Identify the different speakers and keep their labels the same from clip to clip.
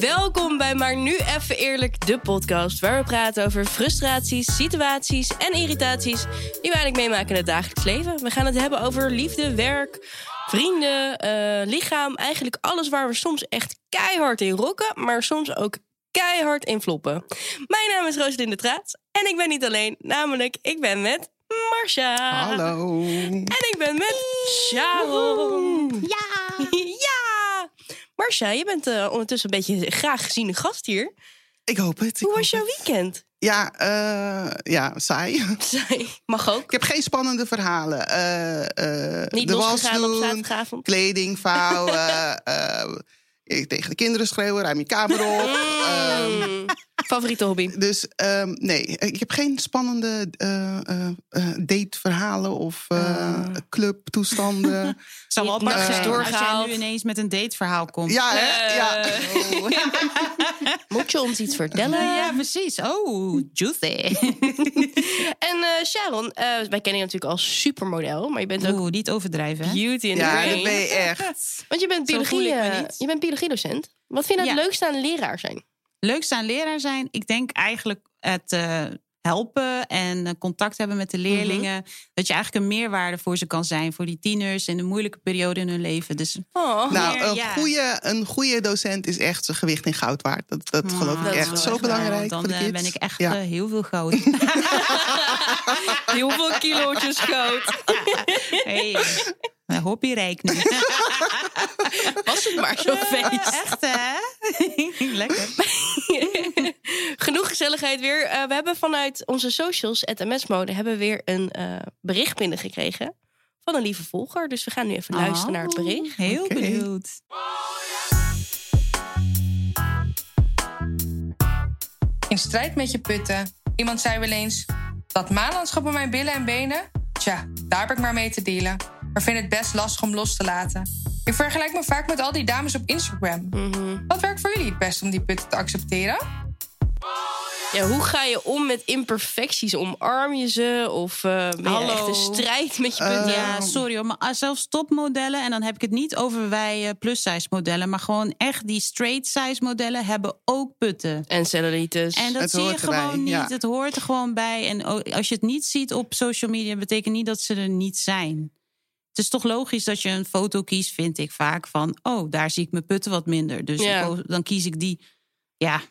Speaker 1: Welkom bij Maar Nu Even Eerlijk, de podcast waar we praten over frustraties, situaties en irritaties die we eigenlijk meemaken in het dagelijks leven. We gaan het hebben over liefde, werk, vrienden, eh, lichaam. Eigenlijk alles waar we soms echt keihard in rocken, maar soms ook keihard in floppen. Mijn naam is Rosalinde Traat en ik ben niet alleen, namelijk ik ben met Marcia.
Speaker 2: Hallo.
Speaker 1: En ik ben met Sharon.
Speaker 3: Ja!
Speaker 1: Ja! Marcia, je bent eh, ondertussen een beetje graag geziene gast hier.
Speaker 2: Ik hoop het. ik
Speaker 1: Hoe
Speaker 2: hoop
Speaker 1: was jouw
Speaker 2: het.
Speaker 1: weekend?
Speaker 2: Ja, eh, ja, saai.
Speaker 1: Zij mag ook.
Speaker 2: Ik heb geen spannende verhalen. Eh, eh,
Speaker 1: Niet
Speaker 2: de was
Speaker 1: losgegaan op
Speaker 2: doen,
Speaker 1: zaterdagavond.
Speaker 2: kleding vouwen, eh, eh, tegen de kinderen schreeuwen, ruim je kamer op.
Speaker 1: Mm-hmm.
Speaker 2: Ehm,
Speaker 1: Mm. Favoriete hobby?
Speaker 2: dus ehm, nee, ik heb geen spannende eh, eh, eh, dateverhalen of eh,
Speaker 1: Ah.
Speaker 2: clubtoestanden.
Speaker 3: Zou wel
Speaker 1: Niet
Speaker 3: apart
Speaker 2: nachts
Speaker 3: zijn als jij
Speaker 1: doorgehaald.
Speaker 3: nu ineens met een dateverhaal komt.
Speaker 2: ja, hè? Ja.
Speaker 1: Eh, Moet je ons iets vertellen?
Speaker 3: Nou Ja, precies. Oh, juicy.
Speaker 1: En eh, Sharon, eh, wij kennen je natuurlijk als supermodel, maar je bent ook
Speaker 3: Oeh, niet overdrijven. hè?
Speaker 1: beauty in the
Speaker 2: ja,
Speaker 1: brain.
Speaker 2: dat ben je echt.
Speaker 1: Want je bent
Speaker 3: Zo voel
Speaker 1: biologie,
Speaker 3: ik me
Speaker 1: eh,
Speaker 3: niet.
Speaker 1: je bent biologiedocent. Wat vind je nou het
Speaker 3: Ja.
Speaker 1: leukste aan leraar zijn?
Speaker 3: Leukste aan leraar zijn, ik denk eigenlijk het eh, helpen en eh, contact hebben met de leerlingen. Dat je eigenlijk een meerwaarde voor ze kan zijn. Voor die tieners in een moeilijke periode in hun leven. Dus
Speaker 1: Oh,
Speaker 2: Nou,
Speaker 3: Meer,
Speaker 2: een,
Speaker 3: ja.
Speaker 2: goede, een goede docent is echt zijn gewicht in goud waard. Dat, dat
Speaker 3: Ah,
Speaker 2: geloof ik
Speaker 1: dat is wel
Speaker 2: echt. Zo
Speaker 1: echt waar,
Speaker 2: belangrijk
Speaker 3: dan
Speaker 2: voor de
Speaker 3: eh,
Speaker 2: kids.
Speaker 3: ben ik echt
Speaker 2: Ja.
Speaker 3: eh, heel veel goud.
Speaker 1: heel veel kilootjes goud.
Speaker 3: hey, mijn hobbyrijk nu.
Speaker 1: Was het maar zo'n feest.
Speaker 3: Eh, Echt hè? Lekker.
Speaker 1: Genoeg gezelligheid weer. Eh, we hebben vanuit onze socials, het MS Mode, hebben we weer een eh, bericht binnengekregen van een lieve volger. Dus we gaan nu even luisteren naar het
Speaker 3: Oh,
Speaker 1: bericht.
Speaker 3: Heel
Speaker 2: Oké.
Speaker 3: benieuwd.
Speaker 4: in strijd met je putten. Iemand zei wel eens: dat maanlandschap op mijn billen en benen? Tja, daar heb ik maar mee te dealen. Maar vind het best lastig om los te laten. Ik vergelijk me vaak met al die dames op Instagram.
Speaker 1: Mhm.
Speaker 4: Wat werkt voor jullie het best om die putten te accepteren?
Speaker 1: Ja, hoe ga je om met imperfecties? Omarm je ze? Of eh ben je
Speaker 3: Hallo.
Speaker 1: echt een strijd met je
Speaker 2: Eh,
Speaker 1: punten?
Speaker 3: Ja, sorry hoor, maar als zelfs topmodellen... en dan heb ik het niet over wij eh, plus-size modellen... maar gewoon echt die straight-size modellen hebben ook putten.
Speaker 1: En cellulitis.
Speaker 3: En dat
Speaker 2: Het
Speaker 3: zie je
Speaker 2: hoort
Speaker 3: gewoon
Speaker 2: erbij,
Speaker 3: niet.
Speaker 2: ja.
Speaker 3: Het hoort er gewoon bij. En o- als je het niet ziet op social media... betekent niet dat ze er niet zijn. Het is toch logisch dat je een foto kiest, vind ik vaak... van, oh, daar zie ik mijn putten wat minder. Dus
Speaker 1: Ja.
Speaker 3: ik ko- dan kies ik die. Ja.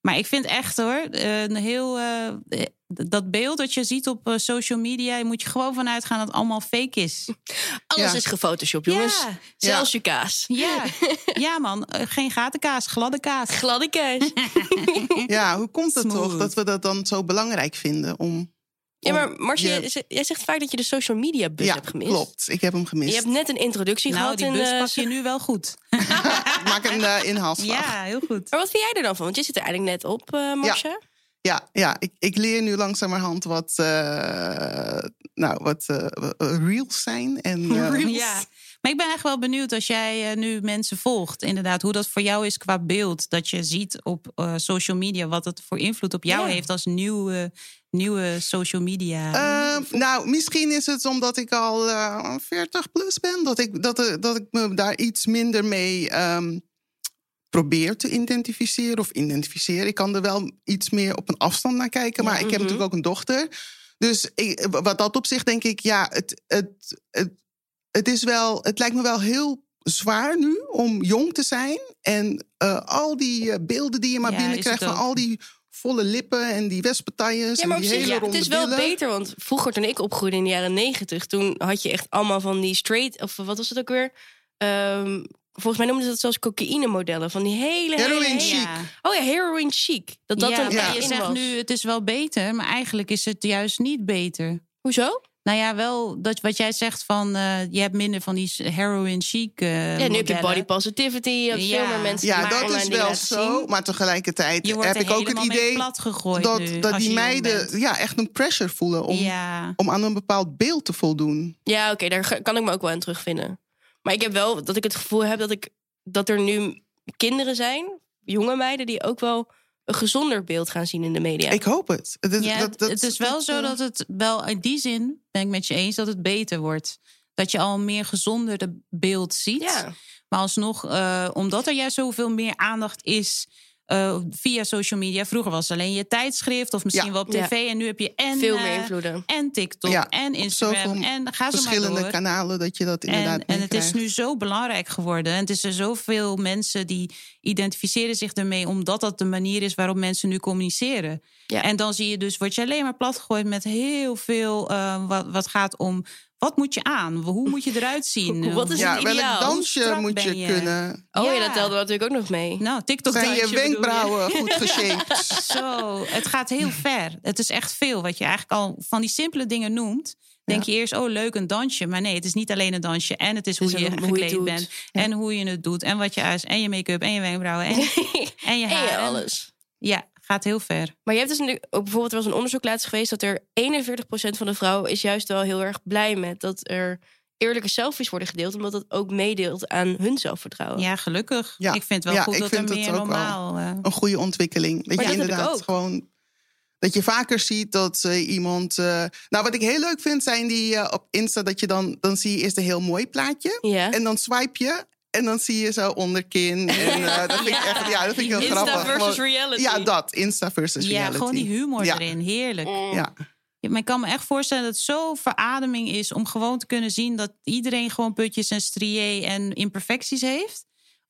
Speaker 3: Maar ik vind echt hoor, een heel... eh, eh, dat beeld dat je ziet op eh, social media... je moet je gewoon vanuit gaan dat het allemaal fake is.
Speaker 1: Alles
Speaker 2: Ja.
Speaker 1: is gefotoshopt, jongens.
Speaker 3: Ja.
Speaker 1: Zelfs je kaas.
Speaker 3: Ja, ja man. Eh, Geen gatenkaas, gladde kaas.
Speaker 1: Gladde kaas.
Speaker 2: Ja, hoe komt het
Speaker 3: Smooth.
Speaker 2: toch dat we dat dan zo belangrijk vinden om.
Speaker 1: Ja,
Speaker 2: om
Speaker 1: maar Marcia,
Speaker 2: je-
Speaker 1: jij- jij zegt vaak dat Dus je de social media bus
Speaker 2: ja,
Speaker 1: hebt gemist.
Speaker 2: klopt. Ik heb hem
Speaker 1: Je
Speaker 2: gemist.
Speaker 1: hebt net een introductie
Speaker 3: Nou,
Speaker 1: gehad.
Speaker 3: die
Speaker 1: in,
Speaker 3: bus
Speaker 1: eh,
Speaker 3: pak je nu wel goed.
Speaker 2: Ik maak een eh, inhaalslag. Ja,
Speaker 3: Ja, heel goed.
Speaker 1: Maar wat vind jij er dan van? Want je zit er eigenlijk net op, eh Marcia.
Speaker 2: ja, ik, ik leer nu langzamerhand wat, eh, nou, wat eh, reels zijn. En, eh,
Speaker 3: Ja. Maar ik ben echt wel benieuwd als jij eh, nu mensen volgt, inderdaad, hoe dat voor jou is qua beeld. Dat je ziet op eh, social media, wat het voor invloed op jou
Speaker 1: Ja.
Speaker 3: heeft als nieuwe, nieuwe social media.
Speaker 2: Ehm, nou, misschien is het omdat ik al eh, 40 plus ben, dat ik, dat, eh, dat ik me daar iets minder mee ehm, probeer te identificeren of identificeren. Ik kan er wel iets meer op een afstand naar kijken, maar ik
Speaker 1: mhm.
Speaker 2: heb natuurlijk ook een dochter. Dus ik, wat dat op zich denk ik, ja, het, het, het, het, is wel, het lijkt me wel heel zwaar nu om jong te zijn. En eh, al die eh, beelden die je maar
Speaker 3: Ja, is
Speaker 2: binnenkrijgt
Speaker 3: het
Speaker 2: van
Speaker 3: ook.
Speaker 2: al die volle lippen en die wespetailles
Speaker 1: Ja,
Speaker 2: en
Speaker 1: maar op
Speaker 2: die
Speaker 1: zich,
Speaker 2: hele
Speaker 1: ja, het
Speaker 2: ronde
Speaker 1: is wel
Speaker 2: billen.
Speaker 1: beter. Want vroeger, toen ik opgroeide in de jaren negentig... toen had je echt allemaal van die straight... of wat was het ook weer? Ehm, volgens mij noemden ze dat zelfs cocaïne-modellen. Van die hele, hele,
Speaker 2: Heroin
Speaker 1: hele-
Speaker 2: chic.
Speaker 3: Ja.
Speaker 1: Oh ja, heroin chic. Dat dat
Speaker 3: ja,
Speaker 1: dan
Speaker 3: maar
Speaker 1: ja.
Speaker 3: je
Speaker 1: in
Speaker 3: zegt
Speaker 1: was.
Speaker 3: nu het is wel beter, maar eigenlijk is het juist niet beter.
Speaker 1: Hoezo?
Speaker 3: Nou ja, wel dat wat jij zegt van eh, je hebt minder van die heroin chic. eh,
Speaker 1: ja, nu heb je
Speaker 3: modellen.
Speaker 1: body positivity. Je hebt
Speaker 3: Ja.
Speaker 1: veel meer mensen
Speaker 2: Ja,
Speaker 1: die
Speaker 2: dat
Speaker 1: online
Speaker 2: is
Speaker 1: dingen
Speaker 2: wel
Speaker 1: laten
Speaker 2: zo.
Speaker 1: zien.
Speaker 2: Maar tegelijkertijd
Speaker 3: Je wordt
Speaker 2: heb
Speaker 3: er
Speaker 2: ik ook het
Speaker 3: helemaal mee
Speaker 2: idee
Speaker 3: platgegooid
Speaker 2: dat,
Speaker 3: nu,
Speaker 2: dat
Speaker 3: als
Speaker 2: die
Speaker 3: je jong
Speaker 2: meiden
Speaker 3: bent.
Speaker 2: ja, echt een pressure voelen om,
Speaker 3: Ja.
Speaker 2: om aan een bepaald beeld te voldoen.
Speaker 1: Ja, oké, daar ga- kan ik me ook wel aan terugvinden. Maar ik heb wel dat ik het gevoel heb dat, ik, dat er nu kinderen zijn... jonge meiden die ook wel een gezonder beeld gaan zien in de media.
Speaker 2: Ik hoop het. Dat-
Speaker 3: Ja,
Speaker 2: dat- dat-
Speaker 3: het is wel
Speaker 2: dat,
Speaker 3: zo
Speaker 2: eh,
Speaker 3: dat het wel in die zin, ben ik met je eens, dat het beter wordt. dat je al een meer gezonderde beeld ziet.
Speaker 1: Ja.
Speaker 3: Maar alsnog, eh, omdat er juist zoveel meer aandacht is eh, via social media. Vroeger was het alleen je tijdschrift of misschien
Speaker 2: Ja.
Speaker 3: wel op
Speaker 1: Ja.
Speaker 3: tv. En nu heb je en,
Speaker 1: Veel
Speaker 3: eh,
Speaker 1: meer invloeden.
Speaker 3: en TikTok
Speaker 2: Ja,
Speaker 3: en
Speaker 2: op
Speaker 3: Instagram
Speaker 2: zoveel
Speaker 3: en ga zo maar door.
Speaker 2: Verschillende kanalen dat je dat inderdaad
Speaker 3: En, en het is
Speaker 2: meekrijgt.
Speaker 3: nu zo belangrijk geworden. En het is er zoveel mensen die identificeren zich ermee, omdat dat de manier is waarop mensen nu communiceren.
Speaker 1: Ja.
Speaker 3: En dan zie je dus, word je alleen maar platgegooid met heel veel eh, wat, wat gaat om. Wat moet je aan? Hoe moet je eruit zien?
Speaker 1: Wat is het
Speaker 2: Ja,
Speaker 1: ideaal?
Speaker 2: welk
Speaker 3: Hoe
Speaker 2: dansje
Speaker 3: strak
Speaker 2: moet
Speaker 3: ben
Speaker 2: je,
Speaker 3: je?
Speaker 2: kunnen?
Speaker 1: Oh ja.
Speaker 3: Ja.
Speaker 1: dat telde natuurlijk ook nog mee.
Speaker 3: Nou, TikTok
Speaker 2: Zijn je
Speaker 3: dansje bedoel
Speaker 2: wenkbrauwen goed geshaped?
Speaker 3: Zo, het gaat heel ver. Het is echt veel wat je eigenlijk al van die simpele dingen noemt. Denk je eerst, oh leuk, een dansje. Maar nee, het is niet alleen een dansje. En het is
Speaker 1: is
Speaker 3: hoe je
Speaker 1: ook hoe je het
Speaker 3: gekleed
Speaker 1: doet.
Speaker 3: bent. En hoe je het doet. En wat je huis. En je make-up. En je wenkbrauwen. En, en je
Speaker 1: En
Speaker 3: haar.
Speaker 1: ja,
Speaker 3: en-
Speaker 1: alles.
Speaker 3: Ja, gaat heel ver.
Speaker 1: Maar je hebt dus nu, ook bijvoorbeeld, er was een onderzoek laatst geweest dat er 41% van de vrouwen is juist wel heel erg blij met dat er eerlijke selfies worden gedeeld, omdat dat ook meedeelt aan hun zelfvertrouwen.
Speaker 3: Ja, gelukkig.
Speaker 2: Ja,
Speaker 3: Ik vind wel
Speaker 2: ja,
Speaker 3: goed
Speaker 2: ik
Speaker 3: dat
Speaker 2: vind
Speaker 3: er
Speaker 2: het
Speaker 3: meer
Speaker 2: ook wel.
Speaker 3: normaal... eh,
Speaker 2: Een goede ontwikkeling.
Speaker 1: Maar
Speaker 2: Dat je
Speaker 1: dat heb ik
Speaker 2: inderdaad
Speaker 1: ook.
Speaker 2: gewoon. Dat je vaker ziet dat eh, iemand. eh, nou, wat ik heel leuk vind zijn die eh, op Insta. Dat je dan. Dan zie je eerst een heel mooi plaatje.
Speaker 1: Ja.
Speaker 2: En dan swipe je. En dan zie je zo onderkin. En, eh, dat vind ik echt. Ja, dat vind ik heel
Speaker 1: Insta
Speaker 2: grappig.
Speaker 1: versus
Speaker 2: Gewoon-
Speaker 1: reality.
Speaker 2: Ja, dat. Insta versus
Speaker 3: ja,
Speaker 2: reality.
Speaker 3: gewoon die humor
Speaker 2: Ja.
Speaker 3: erin. Heerlijk.
Speaker 2: Ja.
Speaker 3: Ja, maar ik kan me echt voorstellen dat het zo verademing is om gewoon te kunnen zien dat iedereen gewoon putjes en strié en imperfecties heeft.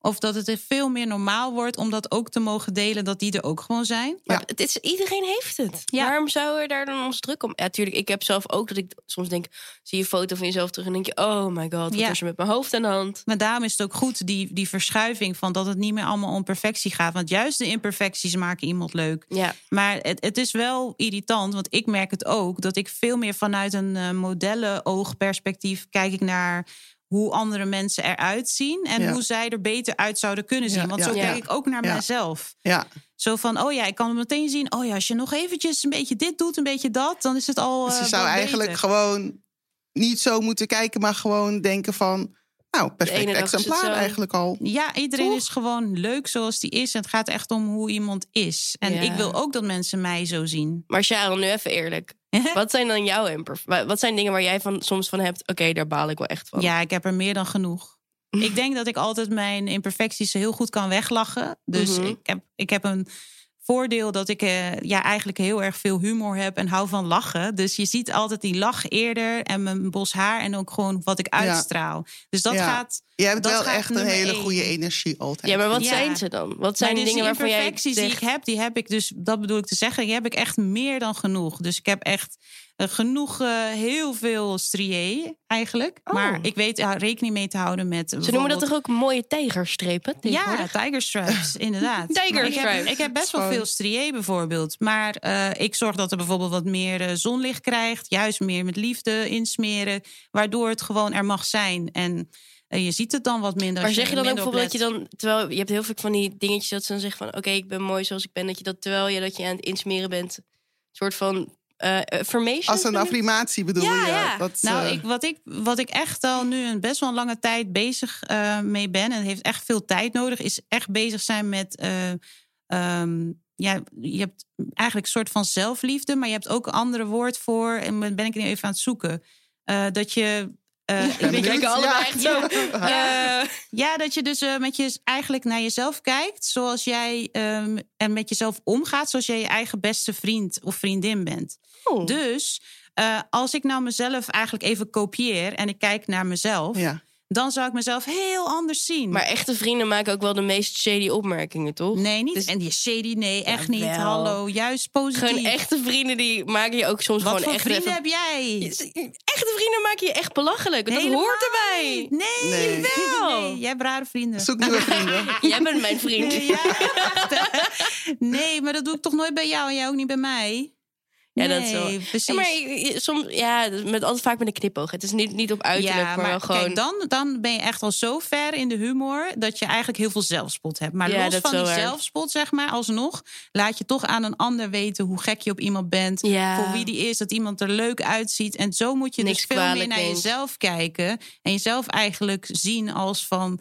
Speaker 3: Of dat het veel meer normaal wordt om dat ook te mogen delen, dat die er ook gewoon zijn.
Speaker 1: Maar het is, iedereen heeft het.
Speaker 3: Ja.
Speaker 1: Waarom zou er daar dan ons druk om? Ja, tuurlijk, ik heb zelf ook dat ik soms denk, zie je een foto van jezelf terug en denk je, oh my god, wat
Speaker 3: Ja.
Speaker 1: is er met mijn hoofd aan de hand?
Speaker 3: Maar daarom is het ook goed, die, die verschuiving van dat het niet meer allemaal om perfectie gaat. Want juist de imperfecties maken iemand leuk.
Speaker 1: Ja,
Speaker 3: Maar het, het is wel irritant, want ik merk het ook... dat ik veel meer vanuit een eh, modellenoogperspectief kijk ik naar... hoe andere mensen eruit zien en
Speaker 2: Ja.
Speaker 3: hoe zij er beter uit zouden kunnen zien.
Speaker 2: Ja,
Speaker 3: want
Speaker 2: ja,
Speaker 3: zo
Speaker 1: ja.
Speaker 3: kijk ik ook naar
Speaker 2: Ja.
Speaker 3: mezelf.
Speaker 2: ja.
Speaker 3: Zo van, oh ja, ik kan meteen zien... oh ja, als je nog eventjes een beetje dit doet, een beetje dat... dan is het al
Speaker 2: Dus
Speaker 3: eh,
Speaker 2: je zou
Speaker 3: wat
Speaker 2: eigenlijk
Speaker 3: beter.
Speaker 2: gewoon niet zo moeten kijken, maar gewoon denken van. Nou, perfect
Speaker 1: ene dag is het
Speaker 2: exemplaar
Speaker 1: zo.
Speaker 2: eigenlijk al.
Speaker 3: Ja, iedereen
Speaker 1: Toch?
Speaker 3: is gewoon leuk zoals die is. En het gaat echt om hoe iemand is. En
Speaker 1: Ja.
Speaker 3: ik wil ook dat mensen mij zo zien.
Speaker 1: maar Sharon, nu even eerlijk. Wat zijn dan jouw imperf? wa- Wat zijn dingen waar jij van, soms van hebt, oké, daar baal ik wel echt van.
Speaker 3: Ja, ik heb er meer dan genoeg. ik denk dat ik altijd mijn imperfecties heel goed kan weglachen. Dus
Speaker 1: Mhm.
Speaker 3: ik, heb, ik heb een voordeel dat ik eh, ja, eigenlijk heel erg veel humor heb en hou van lachen. Dus je ziet altijd die lach eerder en mijn bos haar en ook gewoon wat ik uitstraal. Dus dat
Speaker 2: Ja.
Speaker 3: gaat.
Speaker 2: Je hebt
Speaker 3: dat
Speaker 2: wel
Speaker 3: gaat
Speaker 2: echt een
Speaker 3: nummer
Speaker 2: hele
Speaker 3: één.
Speaker 2: goede energie altijd.
Speaker 1: Ja, maar wat
Speaker 3: Ja.
Speaker 1: zijn ze dan? Wat zijn
Speaker 3: maar
Speaker 1: de dingen
Speaker 3: dus die
Speaker 1: waarvan jij
Speaker 3: imperfecties die
Speaker 1: zegt-
Speaker 3: ik heb, die heb ik dus, dat bedoel ik te zeggen, die heb ik echt meer dan genoeg. Dus ik heb echt eh, genoeg, eh, heel veel strié eigenlijk.
Speaker 1: Oh.
Speaker 3: Maar ik weet eh, rekening mee te houden met.
Speaker 1: Ze noemen dat toch ook mooie tijgerstrepen?
Speaker 3: Ja,
Speaker 1: tegenwoordig?
Speaker 3: tiger stripes, inderdaad.
Speaker 1: Tiger
Speaker 3: Maar ik heb- Ik
Speaker 1: stripes.
Speaker 3: heb, best wel
Speaker 2: Gewoon-
Speaker 3: veel strié bijvoorbeeld. Maar eh, ik zorg dat er bijvoorbeeld wat meer eh, zonlicht krijgt. Juist meer met liefde insmeren. Waardoor het gewoon er mag zijn. En eh, je ziet het dan wat minder.
Speaker 1: Maar
Speaker 3: als
Speaker 1: zeg je dan
Speaker 3: er
Speaker 1: ook
Speaker 3: minder op
Speaker 1: bijvoorbeeld dat je
Speaker 3: let.
Speaker 1: dan, terwijl je hebt heel veel van die dingetjes dat ze dan zeggen van, oké, ik ben mooi zoals ik ben, dat je dat terwijl je dat je aan het insmeren bent, een soort van eh affirmation.
Speaker 2: Als een affirmatie bedoel
Speaker 1: Ja,
Speaker 2: je.
Speaker 1: ja.
Speaker 2: Dat,
Speaker 3: Nou,
Speaker 2: eh,
Speaker 3: ik, wat, ik, wat ik echt al nu een best wel een lange tijd bezig eh, mee ben, en het heeft echt veel tijd nodig, is echt bezig zijn met. eh, ehm, ja, je hebt eigenlijk een soort van zelfliefde, maar je hebt ook een ander woord voor. En ben ben ik nu even aan het zoeken. Eh, dat je. eh, ik
Speaker 2: ben
Speaker 1: We
Speaker 3: weet-
Speaker 2: benieuwd.
Speaker 1: kijken allemaal
Speaker 2: Ja.
Speaker 1: echt zo. eh,
Speaker 3: ja, dat je dus eh, met je, eigenlijk naar jezelf kijkt, zoals jij ehm, en met jezelf omgaat, zoals jij je eigen beste vriend of vriendin bent.
Speaker 1: oh.
Speaker 3: Dus eh, als ik nou mezelf eigenlijk even kopieer en ik kijk naar mezelf,
Speaker 2: ja.
Speaker 3: dan zou ik mezelf heel anders zien.
Speaker 1: Maar echte vrienden maken ook wel de meest shady opmerkingen, toch?
Speaker 3: nee, niet.
Speaker 1: dus-
Speaker 3: en die shady, nee, echt niet.
Speaker 1: Jawel.
Speaker 3: Hallo, juist positief.
Speaker 1: Gewoon echte vrienden die maken je ook soms
Speaker 3: Wat
Speaker 1: gewoon
Speaker 3: voor
Speaker 1: echt
Speaker 3: vrienden
Speaker 1: even-
Speaker 3: heb jij?
Speaker 1: Echte vrienden maken je echt belachelijk. Dat
Speaker 3: Helemaal
Speaker 1: hoort erbij.
Speaker 3: niet. Nee,
Speaker 2: Nee.
Speaker 3: wel.
Speaker 1: Jawel.
Speaker 3: Nee, jij hebt rare vrienden.
Speaker 2: Zoek nieuwe vrienden.
Speaker 1: Jij bent mijn vriend.
Speaker 3: Nee, ja, echt, hè? nee, maar dat doe ik toch nooit bij jou en jij ook niet bij mij?
Speaker 1: Ja,
Speaker 3: nee,
Speaker 1: dat is wel-
Speaker 3: precies.
Speaker 1: Ja, maar je- je- soms, ja, met, altijd vaak met een knipoog. Het is niet, niet op uiterlijk, maar, wel gewoon...
Speaker 3: Kijk, dan, dan ben je echt al zo ver in de humor dat je eigenlijk heel veel zelfspot hebt. Maar
Speaker 1: Ja, dat
Speaker 3: los
Speaker 1: is
Speaker 3: van die
Speaker 1: wel waar.
Speaker 3: zelfspot, zeg maar, alsnog laat je toch aan een ander weten hoe gek je op iemand bent,
Speaker 1: Ja.
Speaker 3: voor wie die is, dat iemand er leuk uitziet. En zo moet je
Speaker 1: Niks
Speaker 3: dus veel meer
Speaker 1: kwalijk
Speaker 3: naar
Speaker 1: neemt.
Speaker 3: jezelf kijken en jezelf eigenlijk zien als van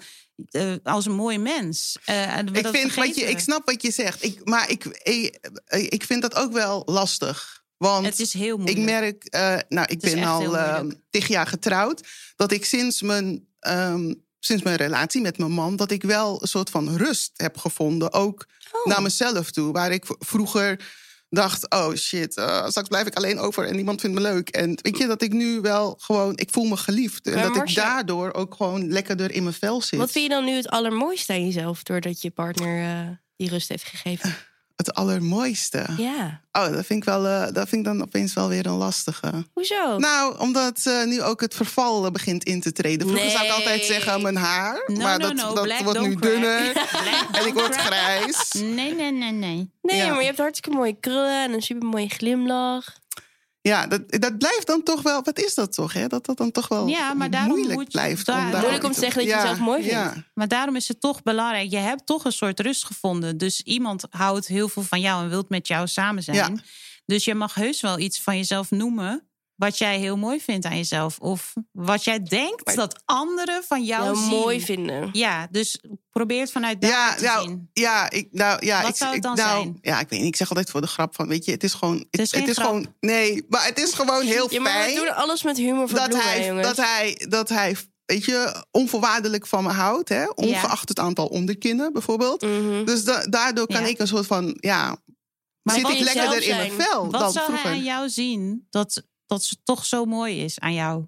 Speaker 3: eh, als een mooi mens. Eh, en
Speaker 2: Ik,
Speaker 3: dat
Speaker 2: vind wat je,
Speaker 3: vergeten we.
Speaker 2: ik snap wat je zegt, ik, maar ik, ik, ik vind dat ook wel lastig. Want
Speaker 3: Het is heel
Speaker 2: ik
Speaker 3: moeilijk.
Speaker 2: merk, eh, nou, ik
Speaker 3: Het is
Speaker 2: ben
Speaker 3: echt heel
Speaker 2: al eh,
Speaker 3: moeilijk.
Speaker 2: tig jaar getrouwd, dat ik sinds mijn, ehm, sinds mijn relatie met mijn man, dat ik wel een soort van rust heb gevonden. Ook
Speaker 3: Oh.
Speaker 2: naar mezelf toe, waar ik v- vroeger dacht, oh shit, eh, straks blijf ik alleen over en niemand vindt me leuk. En weet je, dat ik nu wel gewoon, ik voel me geliefd. En
Speaker 1: Maar
Speaker 2: dat ik
Speaker 1: Marcia-
Speaker 2: daardoor ook gewoon lekkerder in mijn vel zit.
Speaker 1: Wat vind je dan nu het allermooiste aan jezelf doordat je partner eh, die rust heeft gegeven?
Speaker 2: Het allermooiste.
Speaker 1: Ja,
Speaker 2: Oh, dat vind, ik wel, eh, dat vind ik dan opeens wel weer een lastige.
Speaker 1: hoezo?
Speaker 2: Nou, omdat eh, nu ook het verval eh, begint in te treden. Vroeger zou ik
Speaker 1: Nee.
Speaker 2: altijd zeggen "Oh, mijn haar,
Speaker 3: No,
Speaker 2: maar
Speaker 3: no,
Speaker 2: dat,
Speaker 3: no,
Speaker 2: dat
Speaker 3: black
Speaker 2: wordt
Speaker 3: don't
Speaker 2: nu
Speaker 3: crack.
Speaker 2: dunner
Speaker 3: Black
Speaker 2: en ik
Speaker 3: don't
Speaker 2: word
Speaker 3: crack.
Speaker 2: grijs.
Speaker 3: Nee, nee, nee, nee.
Speaker 1: nee,
Speaker 2: ja.
Speaker 1: maar je hebt hartstikke mooie krullen en een super mooie glimlach.
Speaker 2: Ja, dat, dat blijft dan toch wel. Wat is dat toch? Hè? Dat dat dan toch wel
Speaker 3: Ja, maar daarom
Speaker 2: moeilijk
Speaker 3: moet je-
Speaker 2: blijft.
Speaker 3: daar-
Speaker 2: daar
Speaker 3: Moeilijk
Speaker 1: om te zeggen dat je jezelf mooi
Speaker 2: Ja.
Speaker 3: Maar daarom is het toch belangrijk. Je hebt toch een soort rust gevonden. Dus iemand houdt heel veel van jou en wilt met jou samen zijn.
Speaker 2: Ja.
Speaker 3: Dus je mag heus wel iets van jezelf noemen. Wat jij heel mooi vindt aan jezelf. Of wat jij denkt dat anderen van jou
Speaker 1: Jou
Speaker 3: zien.
Speaker 1: mooi vinden.
Speaker 3: Ja, dus probeer het vanuit daar
Speaker 2: Ja,
Speaker 3: te
Speaker 2: nou,
Speaker 3: zien.
Speaker 2: ja, ik, nou, ja,
Speaker 3: Wat
Speaker 2: ik,
Speaker 3: zou het
Speaker 2: ik-
Speaker 3: dan
Speaker 2: nou,
Speaker 3: zijn?
Speaker 2: Ja, ik weet niet. Ik zeg altijd voor de grap van, weet je, het is gewoon... Het,
Speaker 3: is geen grap.
Speaker 2: gewoon... Nee, maar het is gewoon heel
Speaker 1: Ja,
Speaker 2: fijn.
Speaker 1: maar we doen alles met humor voor
Speaker 2: dat
Speaker 1: bloemen,
Speaker 2: hij,
Speaker 1: jongens.
Speaker 2: dat hij, dat hij, weet je, onvoorwaardelijk van me houdt, hè? ongeacht het aantal onderkinnen bijvoorbeeld.
Speaker 1: Mhm.
Speaker 2: Dus da- daardoor kan
Speaker 3: Ja.
Speaker 2: ik een soort van, ja,
Speaker 3: Maar
Speaker 2: zit
Speaker 3: wat
Speaker 2: ik
Speaker 1: jezelf
Speaker 2: lekkerder in mijn
Speaker 1: zijn.
Speaker 2: vel
Speaker 3: Wat
Speaker 2: dan
Speaker 3: zou
Speaker 2: vroeger.
Speaker 3: hij aan jou zien dat, dat ze toch zo mooi is aan jou?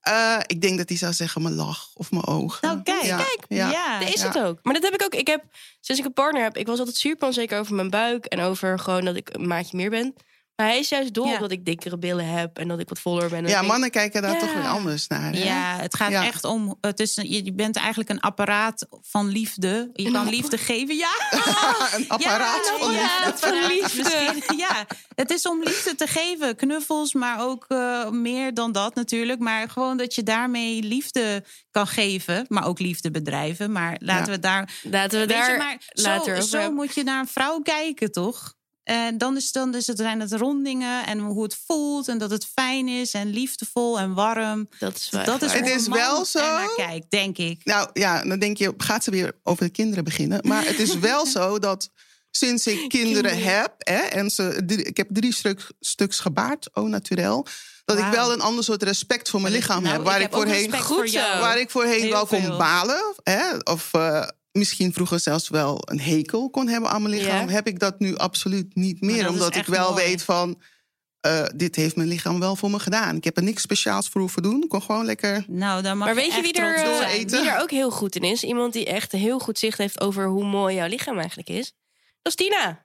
Speaker 2: Eh, ik denk dat hij zou zeggen mijn lach of mijn ogen.
Speaker 3: Nou, kijk, kijk. Ja.
Speaker 1: Dat is
Speaker 2: Ja.
Speaker 1: het ook. Maar dat heb ik ook. Ik heb, sinds ik een partner heb, ik was altijd super onzeker over mijn buik en over gewoon dat ik een maatje meer ben. Maar hij is juist dol
Speaker 3: Ja.
Speaker 1: dat ik dikkere billen heb en dat ik wat voller ben. en dat
Speaker 2: ja,
Speaker 1: ik-
Speaker 2: mannen kijken daar
Speaker 1: Ja.
Speaker 2: toch weer anders naar. hè?
Speaker 3: Ja, het gaat
Speaker 2: Ja.
Speaker 3: echt om. Het is, je je bent eigenlijk een apparaat van liefde. Je kan liefde geven, ja.
Speaker 2: een apparaat van
Speaker 3: Ah, ja, nou, ja,
Speaker 2: liefde.
Speaker 3: dat van liefde. Misschien. Ja, het is om liefde te geven. Knuffels, maar ook eh, meer dan dat natuurlijk. Maar gewoon dat je daarmee liefde kan geven. Maar ook liefde bedrijven. Maar laten
Speaker 2: Ja.
Speaker 3: we het daar.
Speaker 1: Laten we
Speaker 3: Weet
Speaker 1: daar
Speaker 3: je, maar
Speaker 1: later
Speaker 3: zo,
Speaker 1: over
Speaker 3: zo
Speaker 1: hebben.
Speaker 3: moet je naar een vrouw kijken, toch? En dan, is, dan is het, zijn het rondingen en hoe het voelt. En dat het fijn is en liefdevol en warm.
Speaker 1: Dat is wel echt
Speaker 3: Dat is
Speaker 1: waar.
Speaker 2: Het
Speaker 3: hoe
Speaker 2: Dus is
Speaker 3: een man
Speaker 2: wel zo.
Speaker 3: ernaar kijkt, denk ik.
Speaker 2: Nou ja, dan denk je, gaat ze weer over de kinderen beginnen. Maar het is wel zo dat sinds ik kinderen, heb... Hè, en ze, drie- ik heb drie stuk, stuks gebaard, oh naturel... dat ik
Speaker 3: Wauw.
Speaker 2: wel een ander soort respect voor mijn lichaam
Speaker 3: Nou,
Speaker 2: heb. Waar ik,
Speaker 3: ook
Speaker 2: voorheen,
Speaker 3: respect
Speaker 1: Goed
Speaker 3: voor
Speaker 1: zo.
Speaker 3: jou.
Speaker 2: waar ik voorheen
Speaker 3: Heel
Speaker 2: wel kon
Speaker 3: veel.
Speaker 2: balen... Hè, of eh, misschien vroeger zelfs wel een hekel kon hebben aan mijn lichaam...
Speaker 1: Ja.
Speaker 2: heb ik dat nu absoluut niet
Speaker 3: Maar
Speaker 2: meer.
Speaker 3: dat is
Speaker 2: Omdat ik
Speaker 3: echt
Speaker 2: wel
Speaker 3: mooi.
Speaker 2: weet van... eh, dit heeft mijn lichaam wel voor me gedaan. Ik heb er niks speciaals voor hoeven doen. Ik kon gewoon lekker...
Speaker 3: Nou, dan mag
Speaker 1: Maar
Speaker 3: je
Speaker 1: weet je
Speaker 3: echt
Speaker 1: wie er,
Speaker 3: trots op
Speaker 1: eh,
Speaker 2: door
Speaker 3: zijn.
Speaker 2: eten.
Speaker 1: wie er ook heel goed in is? Iemand die echt heel goed zicht heeft over hoe mooi jouw lichaam eigenlijk is. Dat is Tina.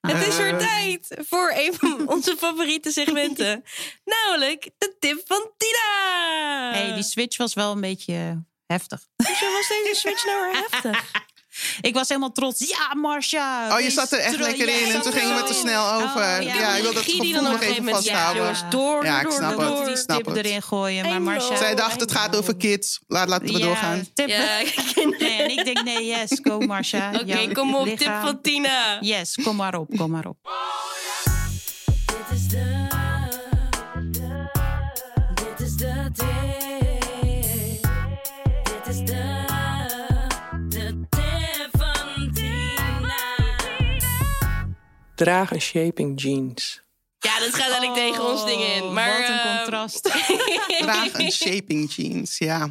Speaker 1: Het is
Speaker 2: Eh.
Speaker 1: weer tijd voor een van onze favoriete segmenten. Namelijk de tip van Tina.
Speaker 3: Hey, die switch was wel een beetje eh, heftig.
Speaker 1: Hoezo was deze switch nou weer heftig?
Speaker 3: Ik was helemaal trots. Ja, Marcia.
Speaker 2: Oh, je zat er echt
Speaker 3: tro-
Speaker 2: lekker
Speaker 3: ja,
Speaker 2: in en
Speaker 3: zat
Speaker 2: toen
Speaker 3: er
Speaker 2: gingen we
Speaker 3: zo
Speaker 2: te
Speaker 3: in.
Speaker 2: snel over.
Speaker 3: Oh,
Speaker 2: ja,
Speaker 3: ja,
Speaker 2: ik wil dat
Speaker 1: Regie die
Speaker 2: gevoel
Speaker 1: dan op
Speaker 2: nog
Speaker 1: een gegeven
Speaker 2: even
Speaker 1: moment... Ja,
Speaker 2: vasthouden.
Speaker 1: jongens, door,
Speaker 2: Ja, ik
Speaker 1: door,
Speaker 2: snap
Speaker 1: door,
Speaker 2: het.
Speaker 3: We
Speaker 1: door.
Speaker 3: moeten die
Speaker 2: Snap
Speaker 3: tip
Speaker 2: het.
Speaker 3: erin gooien.
Speaker 1: I
Speaker 3: Maar Marcia...
Speaker 1: know.
Speaker 2: Zij dacht, het gaat over kids. Laat, laten we
Speaker 3: Ja,
Speaker 2: doorgaan.
Speaker 3: Tip.
Speaker 1: Ja,
Speaker 3: Nee, en ik denk, nee, yes, go Marcia.
Speaker 1: Oké,
Speaker 3: Jouw
Speaker 1: kom op, tip
Speaker 3: lichaam.
Speaker 1: van Tina.
Speaker 3: Yes, kom maar op, kom maar op.
Speaker 5: Dit is de. Dit is de tip. Dit is de. De tip van Tina.
Speaker 6: Draag een shaping jeans.
Speaker 1: Ja, dat gaat eigenlijk tegen ons ding in. Maar,
Speaker 3: Oh, Wat een
Speaker 1: eh,
Speaker 3: contrast.
Speaker 2: Draag een shaping jeans, ja.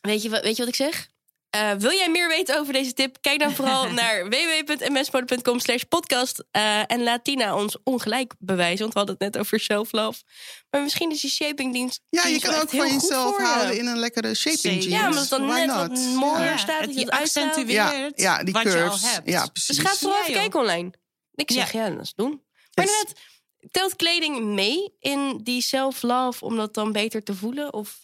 Speaker 1: Weet je, wat- weet je wat ik zeg? Eh, wil jij meer weten over deze tip? Kijk dan vooral naar www.msmode.com slash podcast. eh, en laat Tina ons ongelijk bewijzen. Want we hadden het net over self-love. Maar misschien is die shapingdienst
Speaker 2: Ja, je
Speaker 1: dienst
Speaker 2: kan
Speaker 1: wel
Speaker 2: ook
Speaker 1: echt heel
Speaker 2: van
Speaker 1: goed
Speaker 2: jezelf
Speaker 1: voor je.
Speaker 2: houden in een lekkere shaping
Speaker 3: Zeker.
Speaker 2: jeans.
Speaker 1: Ja, maar dat is dan
Speaker 2: Why
Speaker 1: net
Speaker 2: not?
Speaker 1: wat mooier
Speaker 3: Ja,
Speaker 1: staat.
Speaker 3: het-
Speaker 1: dat je
Speaker 3: je
Speaker 1: het uitstraalt.
Speaker 3: accentueert.
Speaker 2: Ja, ja, die
Speaker 3: Wat je al
Speaker 2: curves.
Speaker 3: hebt.
Speaker 2: Ja,
Speaker 1: Dus
Speaker 2: precies.
Speaker 1: ga vooral
Speaker 3: Ja,
Speaker 1: even
Speaker 3: joh.
Speaker 1: kijken online. Ik zeg, ja, dat is doen. Maar
Speaker 2: Yes.
Speaker 1: inderdaad, telt kleding mee in die self-love... om dat dan beter te voelen? Of...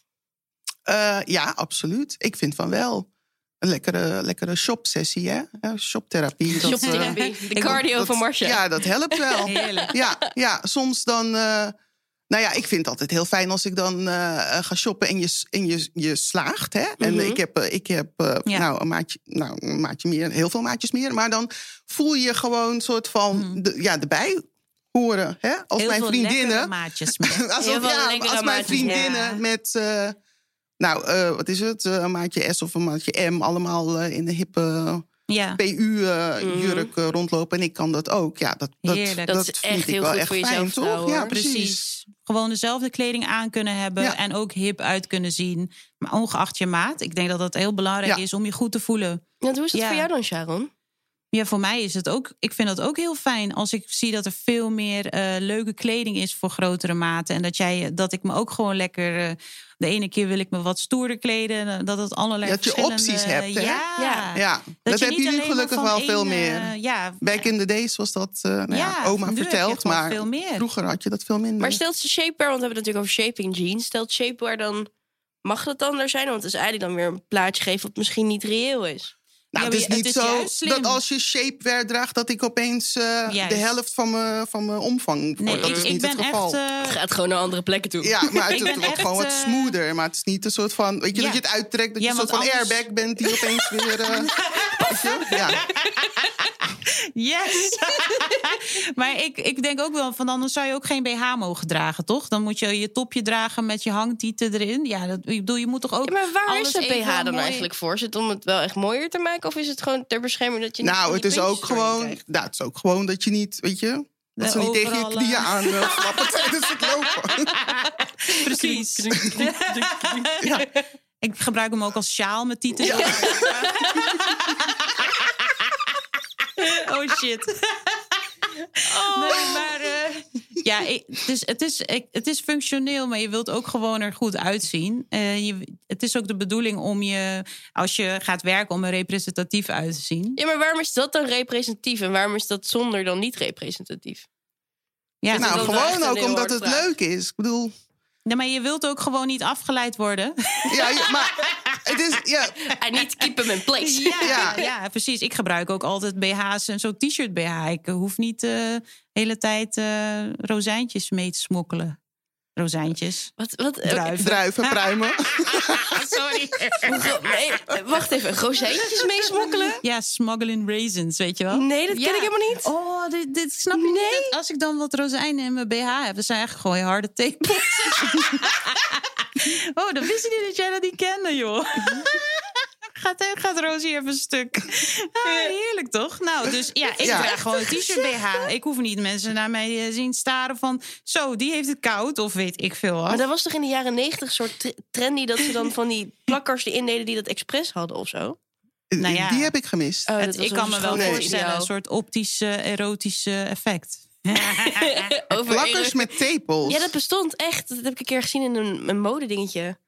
Speaker 2: Eh, ja, absoluut. Ik vind van wel. Een lekkere, lekkere shopsessie, hè? Eh, Shoptherapie. dat, eh,
Speaker 1: Shoptherapie, de cardio
Speaker 2: dat-
Speaker 1: van Marcia.
Speaker 2: Ja, dat helpt wel.
Speaker 3: Heerlijk.
Speaker 2: Ja, ja, soms dan. eh, nou ja, ik vind het altijd heel fijn als ik dan eh, eh, ga shoppen en je, s- en je, je slaagt. Hè? En ik heb, eh, ik heb eh,
Speaker 3: Ja.
Speaker 2: nou, een maatje, nou, een maatje meer, heel veel maatjes meer. Maar dan voel je gewoon een soort van de, ja, erbij horen. Hè? Als
Speaker 3: Heel
Speaker 2: mijn
Speaker 3: veel lekkere
Speaker 2: vriendinnen.
Speaker 3: maatjes meer.
Speaker 1: Heel
Speaker 2: Alsof,
Speaker 1: veel
Speaker 2: ja,
Speaker 1: lekkere
Speaker 2: als mijn
Speaker 1: maatjes,
Speaker 2: vriendinnen
Speaker 3: ja.
Speaker 2: met. eh, nou, eh, wat is het? Eh, een maatje S of een maatje M. Allemaal eh, in de hippe
Speaker 3: Ja.
Speaker 2: PU-jurk eh, rondlopen en ik kan dat ook. Ja, dat, dat,
Speaker 3: Mhm. Heerlijk.
Speaker 1: Dat is
Speaker 2: vind
Speaker 1: echt
Speaker 2: ik
Speaker 1: heel
Speaker 2: wel
Speaker 1: goed
Speaker 2: echt
Speaker 1: voor je
Speaker 2: fijn,
Speaker 1: zelfvertrouwen,
Speaker 2: toch? Ja,
Speaker 1: hoor.
Speaker 2: precies.
Speaker 3: Precies. Gewoon dezelfde kleding aan kunnen hebben
Speaker 2: Ja.
Speaker 3: en ook hip uit kunnen zien. Maar ongeacht je maat, ik denk dat dat heel belangrijk
Speaker 2: Ja.
Speaker 3: is om je goed te voelen.
Speaker 1: Want hoe is dat
Speaker 3: Ja.
Speaker 1: voor jou dan, Sharon?
Speaker 3: Ja, voor mij is het ook. Ik vind dat ook heel fijn als ik zie dat er veel meer eh, leuke kleding is voor grotere maten. En dat, jij, eh, dat ik me ook gewoon lekker. eh, de ene keer wil ik me wat stoerder kleden. en Dat het allerlei.
Speaker 2: Dat je
Speaker 3: verschillende-
Speaker 2: opties hebt, hè?
Speaker 3: Ja,
Speaker 1: Ja.
Speaker 2: Ja, dat,
Speaker 3: je
Speaker 2: hebben
Speaker 3: niet
Speaker 2: jullie
Speaker 3: alleen maar
Speaker 2: gelukkig
Speaker 3: van
Speaker 2: wel
Speaker 3: één,
Speaker 2: veel meer.
Speaker 3: eh, ja,
Speaker 2: Back in the days was dat, eh, nou ja,
Speaker 3: Ja, nu
Speaker 2: oma
Speaker 3: heb je
Speaker 2: vertelt,
Speaker 3: gewoon
Speaker 2: maar
Speaker 3: veel meer.
Speaker 2: vroeger had je dat veel minder.
Speaker 1: Maar stelt ze shapewear, want we hebben het natuurlijk over shaping jeans. Stelt shapewear dan, mag dat dan er zijn? Want het is eigenlijk dan weer een plaatje geven wat misschien niet reëel is.
Speaker 2: nou,
Speaker 3: Ja,
Speaker 2: het is
Speaker 3: maar je-
Speaker 2: niet
Speaker 3: het is
Speaker 2: zo
Speaker 3: juist slim.
Speaker 2: dat als je shapewear draagt, dat ik opeens eh, de
Speaker 3: Juist.
Speaker 2: helft van mijn van mijn omvang word.
Speaker 3: nee,
Speaker 2: dat
Speaker 3: ik,
Speaker 2: is
Speaker 3: ik
Speaker 2: niet
Speaker 3: ben
Speaker 2: het geval.
Speaker 3: echt. eh,
Speaker 1: Gaat gewoon naar andere plekken toe.
Speaker 2: ja, maar het,
Speaker 3: ik
Speaker 2: het
Speaker 3: ben
Speaker 2: wordt gewoon
Speaker 3: echt,
Speaker 2: wat
Speaker 3: eh,
Speaker 2: smoother. Maar het is niet een soort van... Weet je,
Speaker 3: Ja.
Speaker 2: dat je het uittrekt, dat
Speaker 3: Ja,
Speaker 2: je een soort van
Speaker 3: want anders-
Speaker 2: airbag bent... die opeens weer... eh, weet je? ja.
Speaker 3: Yes! maar ik, ik denk ook wel, van anders zou je ook geen BH mogen dragen, toch? Dan moet je je topje dragen met je hangtieten erin. Ja, dat, ik bedoel, je moet toch ook.
Speaker 1: Ja, maar waar
Speaker 3: alles
Speaker 1: is dat
Speaker 3: even
Speaker 1: BH dan
Speaker 3: mooi-
Speaker 1: eigenlijk voor? Is het om het wel echt mooier te maken? Of is het gewoon ter bescherming dat je niet van
Speaker 2: Nou,
Speaker 1: die
Speaker 2: het is
Speaker 1: puntjes
Speaker 2: ook
Speaker 1: doorheen
Speaker 2: gewoon...
Speaker 1: krijgt?
Speaker 2: Nou, het is ook gewoon dat je niet... Weet je... Dat
Speaker 3: Eh,
Speaker 2: ze niet tegen je
Speaker 3: overal,
Speaker 2: knieën
Speaker 3: eh,
Speaker 2: aan eh, flappen tijdens het lopen.
Speaker 3: Precies. Ik gebruik hem ook als sjaal met tieten. Oh shit. Nee, maar eh, ja, ik- het is, het, is, ik- het is functioneel, maar je wilt ook gewoon er goed uitzien. Eh, je, het is ook de bedoeling om je, als je gaat werken, om er representatief uit te zien.
Speaker 1: Ja, maar waarom is dat dan representatief? En waarom is dat zonder dan niet representatief?
Speaker 3: Ja,
Speaker 1: is
Speaker 2: Nou,
Speaker 1: ook wel echt
Speaker 2: gewoon
Speaker 1: een
Speaker 2: ook
Speaker 1: heel
Speaker 2: omdat
Speaker 1: harde
Speaker 2: het
Speaker 1: vraag.
Speaker 2: leuk is. Ik bedoel,
Speaker 3: nee, maar je wilt ook gewoon niet afgeleid worden.
Speaker 2: ja, je- maar het is, ja,
Speaker 1: En niet keep him in place.
Speaker 3: Ja,
Speaker 2: Ja.
Speaker 3: ja. precies. Ik gebruik ook altijd BH's en zo'n t-shirt BH. Ik eh, hoef niet eh, de hele tijd eh, rozijntjes mee te smokkelen. Rozijntjes.
Speaker 1: Wat, wat,
Speaker 3: Druiven.
Speaker 2: druiven, pruimen.
Speaker 3: Sorry.
Speaker 1: eh, ro- nee, eh, wacht even, rozijntjes meesmokkelen?
Speaker 3: Ja, smuggling raisins, weet je wel.
Speaker 1: Nee, dat
Speaker 3: Ja.
Speaker 1: ken ik helemaal niet.
Speaker 3: Oh, dit, dit snap je
Speaker 1: Nee.
Speaker 3: niet. Dat als ik dan wat rozijnen in mijn BH heb, dan zijn eigenlijk gewoon harde tepels. oh, dan wist je niet dat jij dat niet kende, joh. Gaat, gaat Rosie even stuk. Ah, heerlijk toch? Nou, dus ja, ik
Speaker 2: Ja.
Speaker 3: draag gewoon een t-shirt BH. Ik hoef niet mensen naar mij eh, zien staren van... zo, die heeft het koud of weet ik veel
Speaker 1: Maar
Speaker 3: wat.
Speaker 1: Oh, dat was toch in de jaren negentig soort tr- trendy... dat ze dan van die plakkers die indeden die dat expres hadden of zo?
Speaker 3: Nou ja.
Speaker 2: Die heb ik gemist.
Speaker 1: Oh,
Speaker 3: Het- ik kan me wel
Speaker 2: schoon
Speaker 3: voorstellen, een soort optische, erotische effect.
Speaker 1: Over
Speaker 2: Plakkers met tepels.
Speaker 1: Ja, dat bestond echt. Dat heb ik een keer gezien in een, een modedingetje.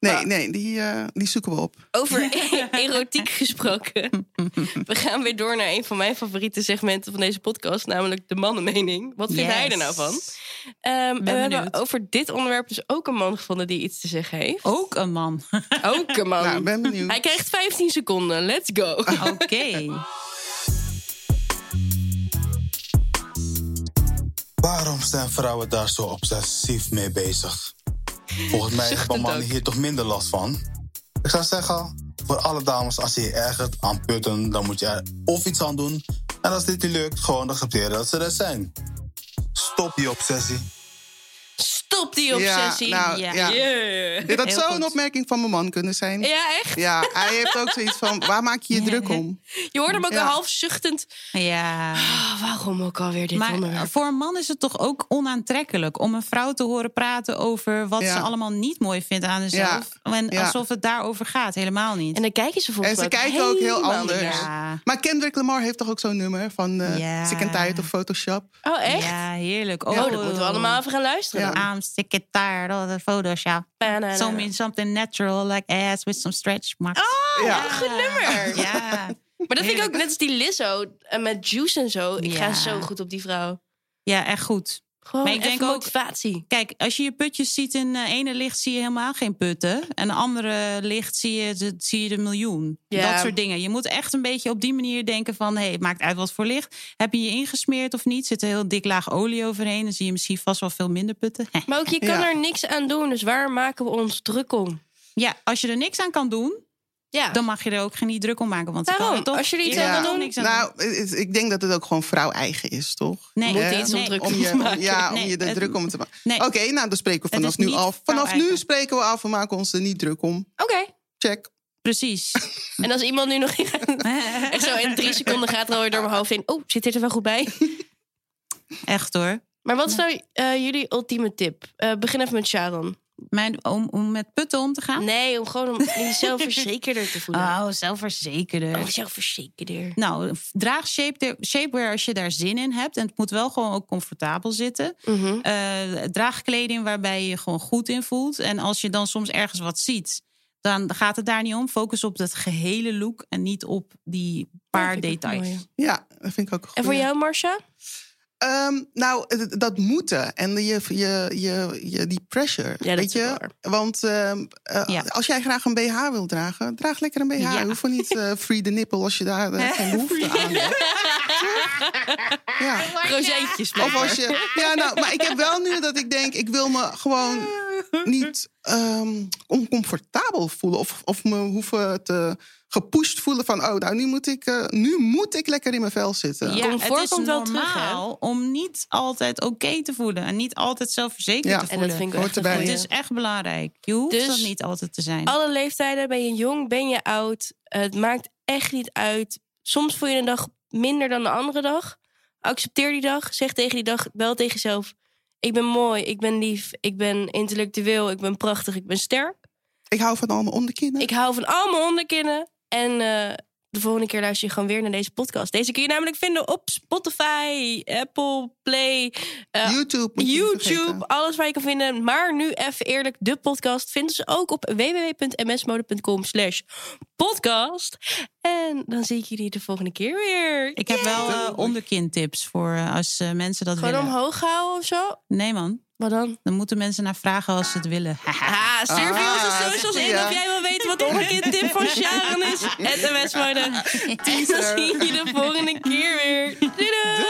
Speaker 2: Nee, nee, die, eh, die zoeken we op.
Speaker 1: Over erotiek gesproken. We gaan weer door naar een van mijn favoriete segmenten van deze podcast, namelijk de mannenmening. Wat vindt hij er nou van? Ehm, en we hebben
Speaker 3: benieuwd.
Speaker 1: over dit onderwerp dus ook een man gevonden die iets te zeggen heeft.
Speaker 3: Ook een man.
Speaker 1: Ook een man.
Speaker 2: Nou, ik ben benieuwd.
Speaker 1: Hij krijgt 15 seconden. Let's go.
Speaker 3: Oké.
Speaker 7: Waarom zijn vrouwen daar zo obsessief mee bezig? Volgens mij
Speaker 1: Zuchtend
Speaker 7: hebben mannen
Speaker 1: ook.
Speaker 7: hier toch minder last van. Ik zou zeggen, voor alle dames, als je je ergert aan putten, dan moet je er of iets aan doen. En als dit niet lukt, gewoon accepteren dat ze er zijn. Stop die obsessie.
Speaker 1: Stop die obsessie.
Speaker 2: Ja, nou,
Speaker 3: ja.
Speaker 2: ja.
Speaker 1: Yeah.
Speaker 2: Dit had
Speaker 3: Heel
Speaker 2: zo'n
Speaker 3: goed.
Speaker 2: opmerking van mijn man kunnen zijn.
Speaker 1: Ja, echt?
Speaker 2: Ja, hij heeft ook zoiets van, waar maak je je druk om?
Speaker 1: Je hoorde hem ook
Speaker 2: Ja.
Speaker 1: een half zuchtend.
Speaker 3: Ja.
Speaker 1: "Ah, waarom ook alweer dit
Speaker 3: Maar eh,
Speaker 1: onderwerp?
Speaker 3: voor een man is het toch ook onaantrekkelijk om een vrouw te horen praten over wat
Speaker 2: Ja.
Speaker 3: ze allemaal niet mooi vindt aan zichzelf. En
Speaker 2: Ja.
Speaker 3: alsof het daarover gaat. Helemaal niet.
Speaker 1: En dan kijken ze volgens
Speaker 2: En ze
Speaker 1: mij
Speaker 2: kijken ook heel
Speaker 1: helemaal
Speaker 2: anders.
Speaker 1: niet naar.
Speaker 3: ja.
Speaker 2: Maar Kendrick Lamar heeft toch ook zo'n nummer van eh
Speaker 3: Ja.
Speaker 2: Sick and Tired of Photoshop?
Speaker 1: Oh, echt?
Speaker 3: ja, heerlijk. Oh,
Speaker 1: Oh, dat moeten we allemaal even gaan luisteren.
Speaker 2: Ja.
Speaker 1: dan.
Speaker 3: I'm sick and tired of the Oh, Photoshop.
Speaker 1: Banana.
Speaker 3: Show me something natural like ass with some stretch marks.
Speaker 1: Oh,
Speaker 2: Ja.
Speaker 1: wat een goed nummer.
Speaker 3: Ja.
Speaker 1: Maar dat vind ik ook net als die Lizzo eh, met Juice en zo. Ik ga
Speaker 3: Ja.
Speaker 1: zo goed op die vrouw.
Speaker 3: ja, echt goed.
Speaker 1: Gewoon
Speaker 3: Maar ik
Speaker 1: even
Speaker 3: denk ook-
Speaker 1: motivatie.
Speaker 3: Kijk, als je je putjes ziet in eh, ene licht, zie je helemaal geen putten. En de andere licht zie je, de- zie je de miljoen.
Speaker 1: Ja.
Speaker 3: Dat soort dingen. Je moet echt een beetje op die manier denken van... hé, hey, het maakt uit wat voor licht. Heb je je ingesmeerd of niet? Zit er heel dik laag olie overheen? Dan zie je misschien vast wel veel minder putten.
Speaker 1: Maar ook, je kan
Speaker 2: Ja.
Speaker 1: er niks aan doen. Dus waar maken we ons druk om?
Speaker 3: ja, als je er niks aan kan doen...
Speaker 1: Ja.
Speaker 3: dan mag je er ook geen druk om maken. Want dan kan
Speaker 1: Waarom?
Speaker 3: er toch,
Speaker 1: Als je er iets
Speaker 3: kan
Speaker 1: aan
Speaker 3: er
Speaker 1: wil
Speaker 3: toch
Speaker 1: doen-
Speaker 3: niks aan
Speaker 2: Nou, het- ik denk dat het ook gewoon vrouw-eigen is, toch?
Speaker 3: Nee,
Speaker 1: Moet
Speaker 2: Hè?
Speaker 1: iets om
Speaker 3: nee.
Speaker 1: druk Oh.
Speaker 2: om
Speaker 1: te
Speaker 2: je, om-
Speaker 1: maken.
Speaker 2: ja, om
Speaker 3: Nee,
Speaker 2: je de
Speaker 3: het-
Speaker 2: druk om te maken.
Speaker 3: nee.
Speaker 2: Oké, nou, dan spreken we
Speaker 3: Het
Speaker 2: vanaf
Speaker 3: is
Speaker 2: nu
Speaker 3: niet
Speaker 2: af. Vanaf nu
Speaker 3: vrouw-eigen.
Speaker 2: spreken we af. We maken ons er niet druk om.
Speaker 1: Oké.
Speaker 2: Check.
Speaker 3: Precies.
Speaker 1: En als iemand nu nog echt zo in drie seconden gaat er alweer door mijn hoofd heen. Oh, zit dit er wel goed bij?
Speaker 3: Echt hoor.
Speaker 1: Maar wat is nou eh, jullie ultieme tip? Eh, begin even met Sharon.
Speaker 3: Mijn, om, om met putten om te
Speaker 2: Ah.
Speaker 3: gaan?
Speaker 1: Nee, om gewoon om jezelf verzekerder te voelen.
Speaker 3: Oh, zelfverzekerder.
Speaker 1: Oh, zelfverzekerder.
Speaker 3: Nou, draag shape- shapewear als je daar zin in hebt. En het moet wel gewoon ook comfortabel zitten.
Speaker 1: Mhm.
Speaker 3: Eh, draag kleding waarbij je je gewoon goed in voelt. En als je dan soms ergens wat ziet, dan gaat het daar niet om. Focus op dat gehele look en niet op die paar
Speaker 1: vind ik ook
Speaker 3: details.
Speaker 1: mooi.
Speaker 2: Ja, dat vind ik ook goed.
Speaker 1: En voor jou, Marcia?
Speaker 2: Ehm, nou, d- dat moeten. En je, je, je, je, die pressure.
Speaker 1: Ja, dat
Speaker 2: weet
Speaker 1: is
Speaker 2: je?
Speaker 1: ook waar.
Speaker 2: Want ehm, eh,
Speaker 3: Ja.
Speaker 2: als jij graag een BH wil dragen, draag lekker een BH.
Speaker 3: Ja.
Speaker 2: Je hoeft wel niet eh, free the nipple als je daar eh, geen behoefte aan hebt. Ja.
Speaker 1: Rozeetjes.
Speaker 2: Of als je. Ja, nou, maar ik heb wel nu dat ik denk, ik wil me gewoon niet ehm, oncomfortabel voelen. Of, of me hoeven te gepusht voelen van, oh, nou, nu moet ik, eh, nu moet ik lekker in mijn vel zitten.
Speaker 3: Ja,
Speaker 1: Comfort
Speaker 3: het is
Speaker 1: komt wel terug, hè?
Speaker 3: normaal om niet altijd oké te voelen. En niet altijd zelfverzekerd
Speaker 2: Ja.
Speaker 3: te
Speaker 1: En
Speaker 2: En
Speaker 3: voelen.
Speaker 1: dat vind ik wel
Speaker 2: Hoort
Speaker 1: echt een
Speaker 2: erbij.
Speaker 1: goeie.
Speaker 3: Het is echt belangrijk. Je hoeft
Speaker 1: Dus- Oh,
Speaker 3: dat niet altijd te zijn.
Speaker 1: alle leeftijden. Ben je jong, ben je oud. Het maakt echt niet uit. Soms voel je een dag minder dan de andere dag. Accepteer die dag. Zeg tegen die dag wel tegen jezelf. Ik ben mooi, ik ben lief, ik ben intellectueel, ik ben prachtig, ik ben sterk.
Speaker 2: Ik hou van al mijn onderkinnen.
Speaker 1: Ik hou van al mijn hondenkinnen. En eh, de volgende keer luister je gewoon weer naar deze podcast. Deze kun je namelijk vinden op Spotify, Apple Play, eh,
Speaker 2: YouTube. moet je niet vergeten.
Speaker 1: YouTube, alles waar je kan vinden. Maar nu even eerlijk, de podcast vinden ze ook op www.msmode.com slash podcast. En dan zie ik jullie de volgende keer weer.
Speaker 3: Ik heb wel eh, onderkintips voor eh, als eh, mensen dat
Speaker 1: Gewoon
Speaker 3: willen.
Speaker 1: omhoog houden of zo.
Speaker 3: Nee man,
Speaker 1: Wat dan?
Speaker 3: dan moeten mensen naar vragen als ze het willen.
Speaker 1: Ah, surf je
Speaker 2: Ah,
Speaker 1: onze socials in
Speaker 2: ja.
Speaker 1: of jij wil weten wat de onderkind tip van Sharon is. Het MS Mode. En dan zie je de volgende keer weer. Doei doei!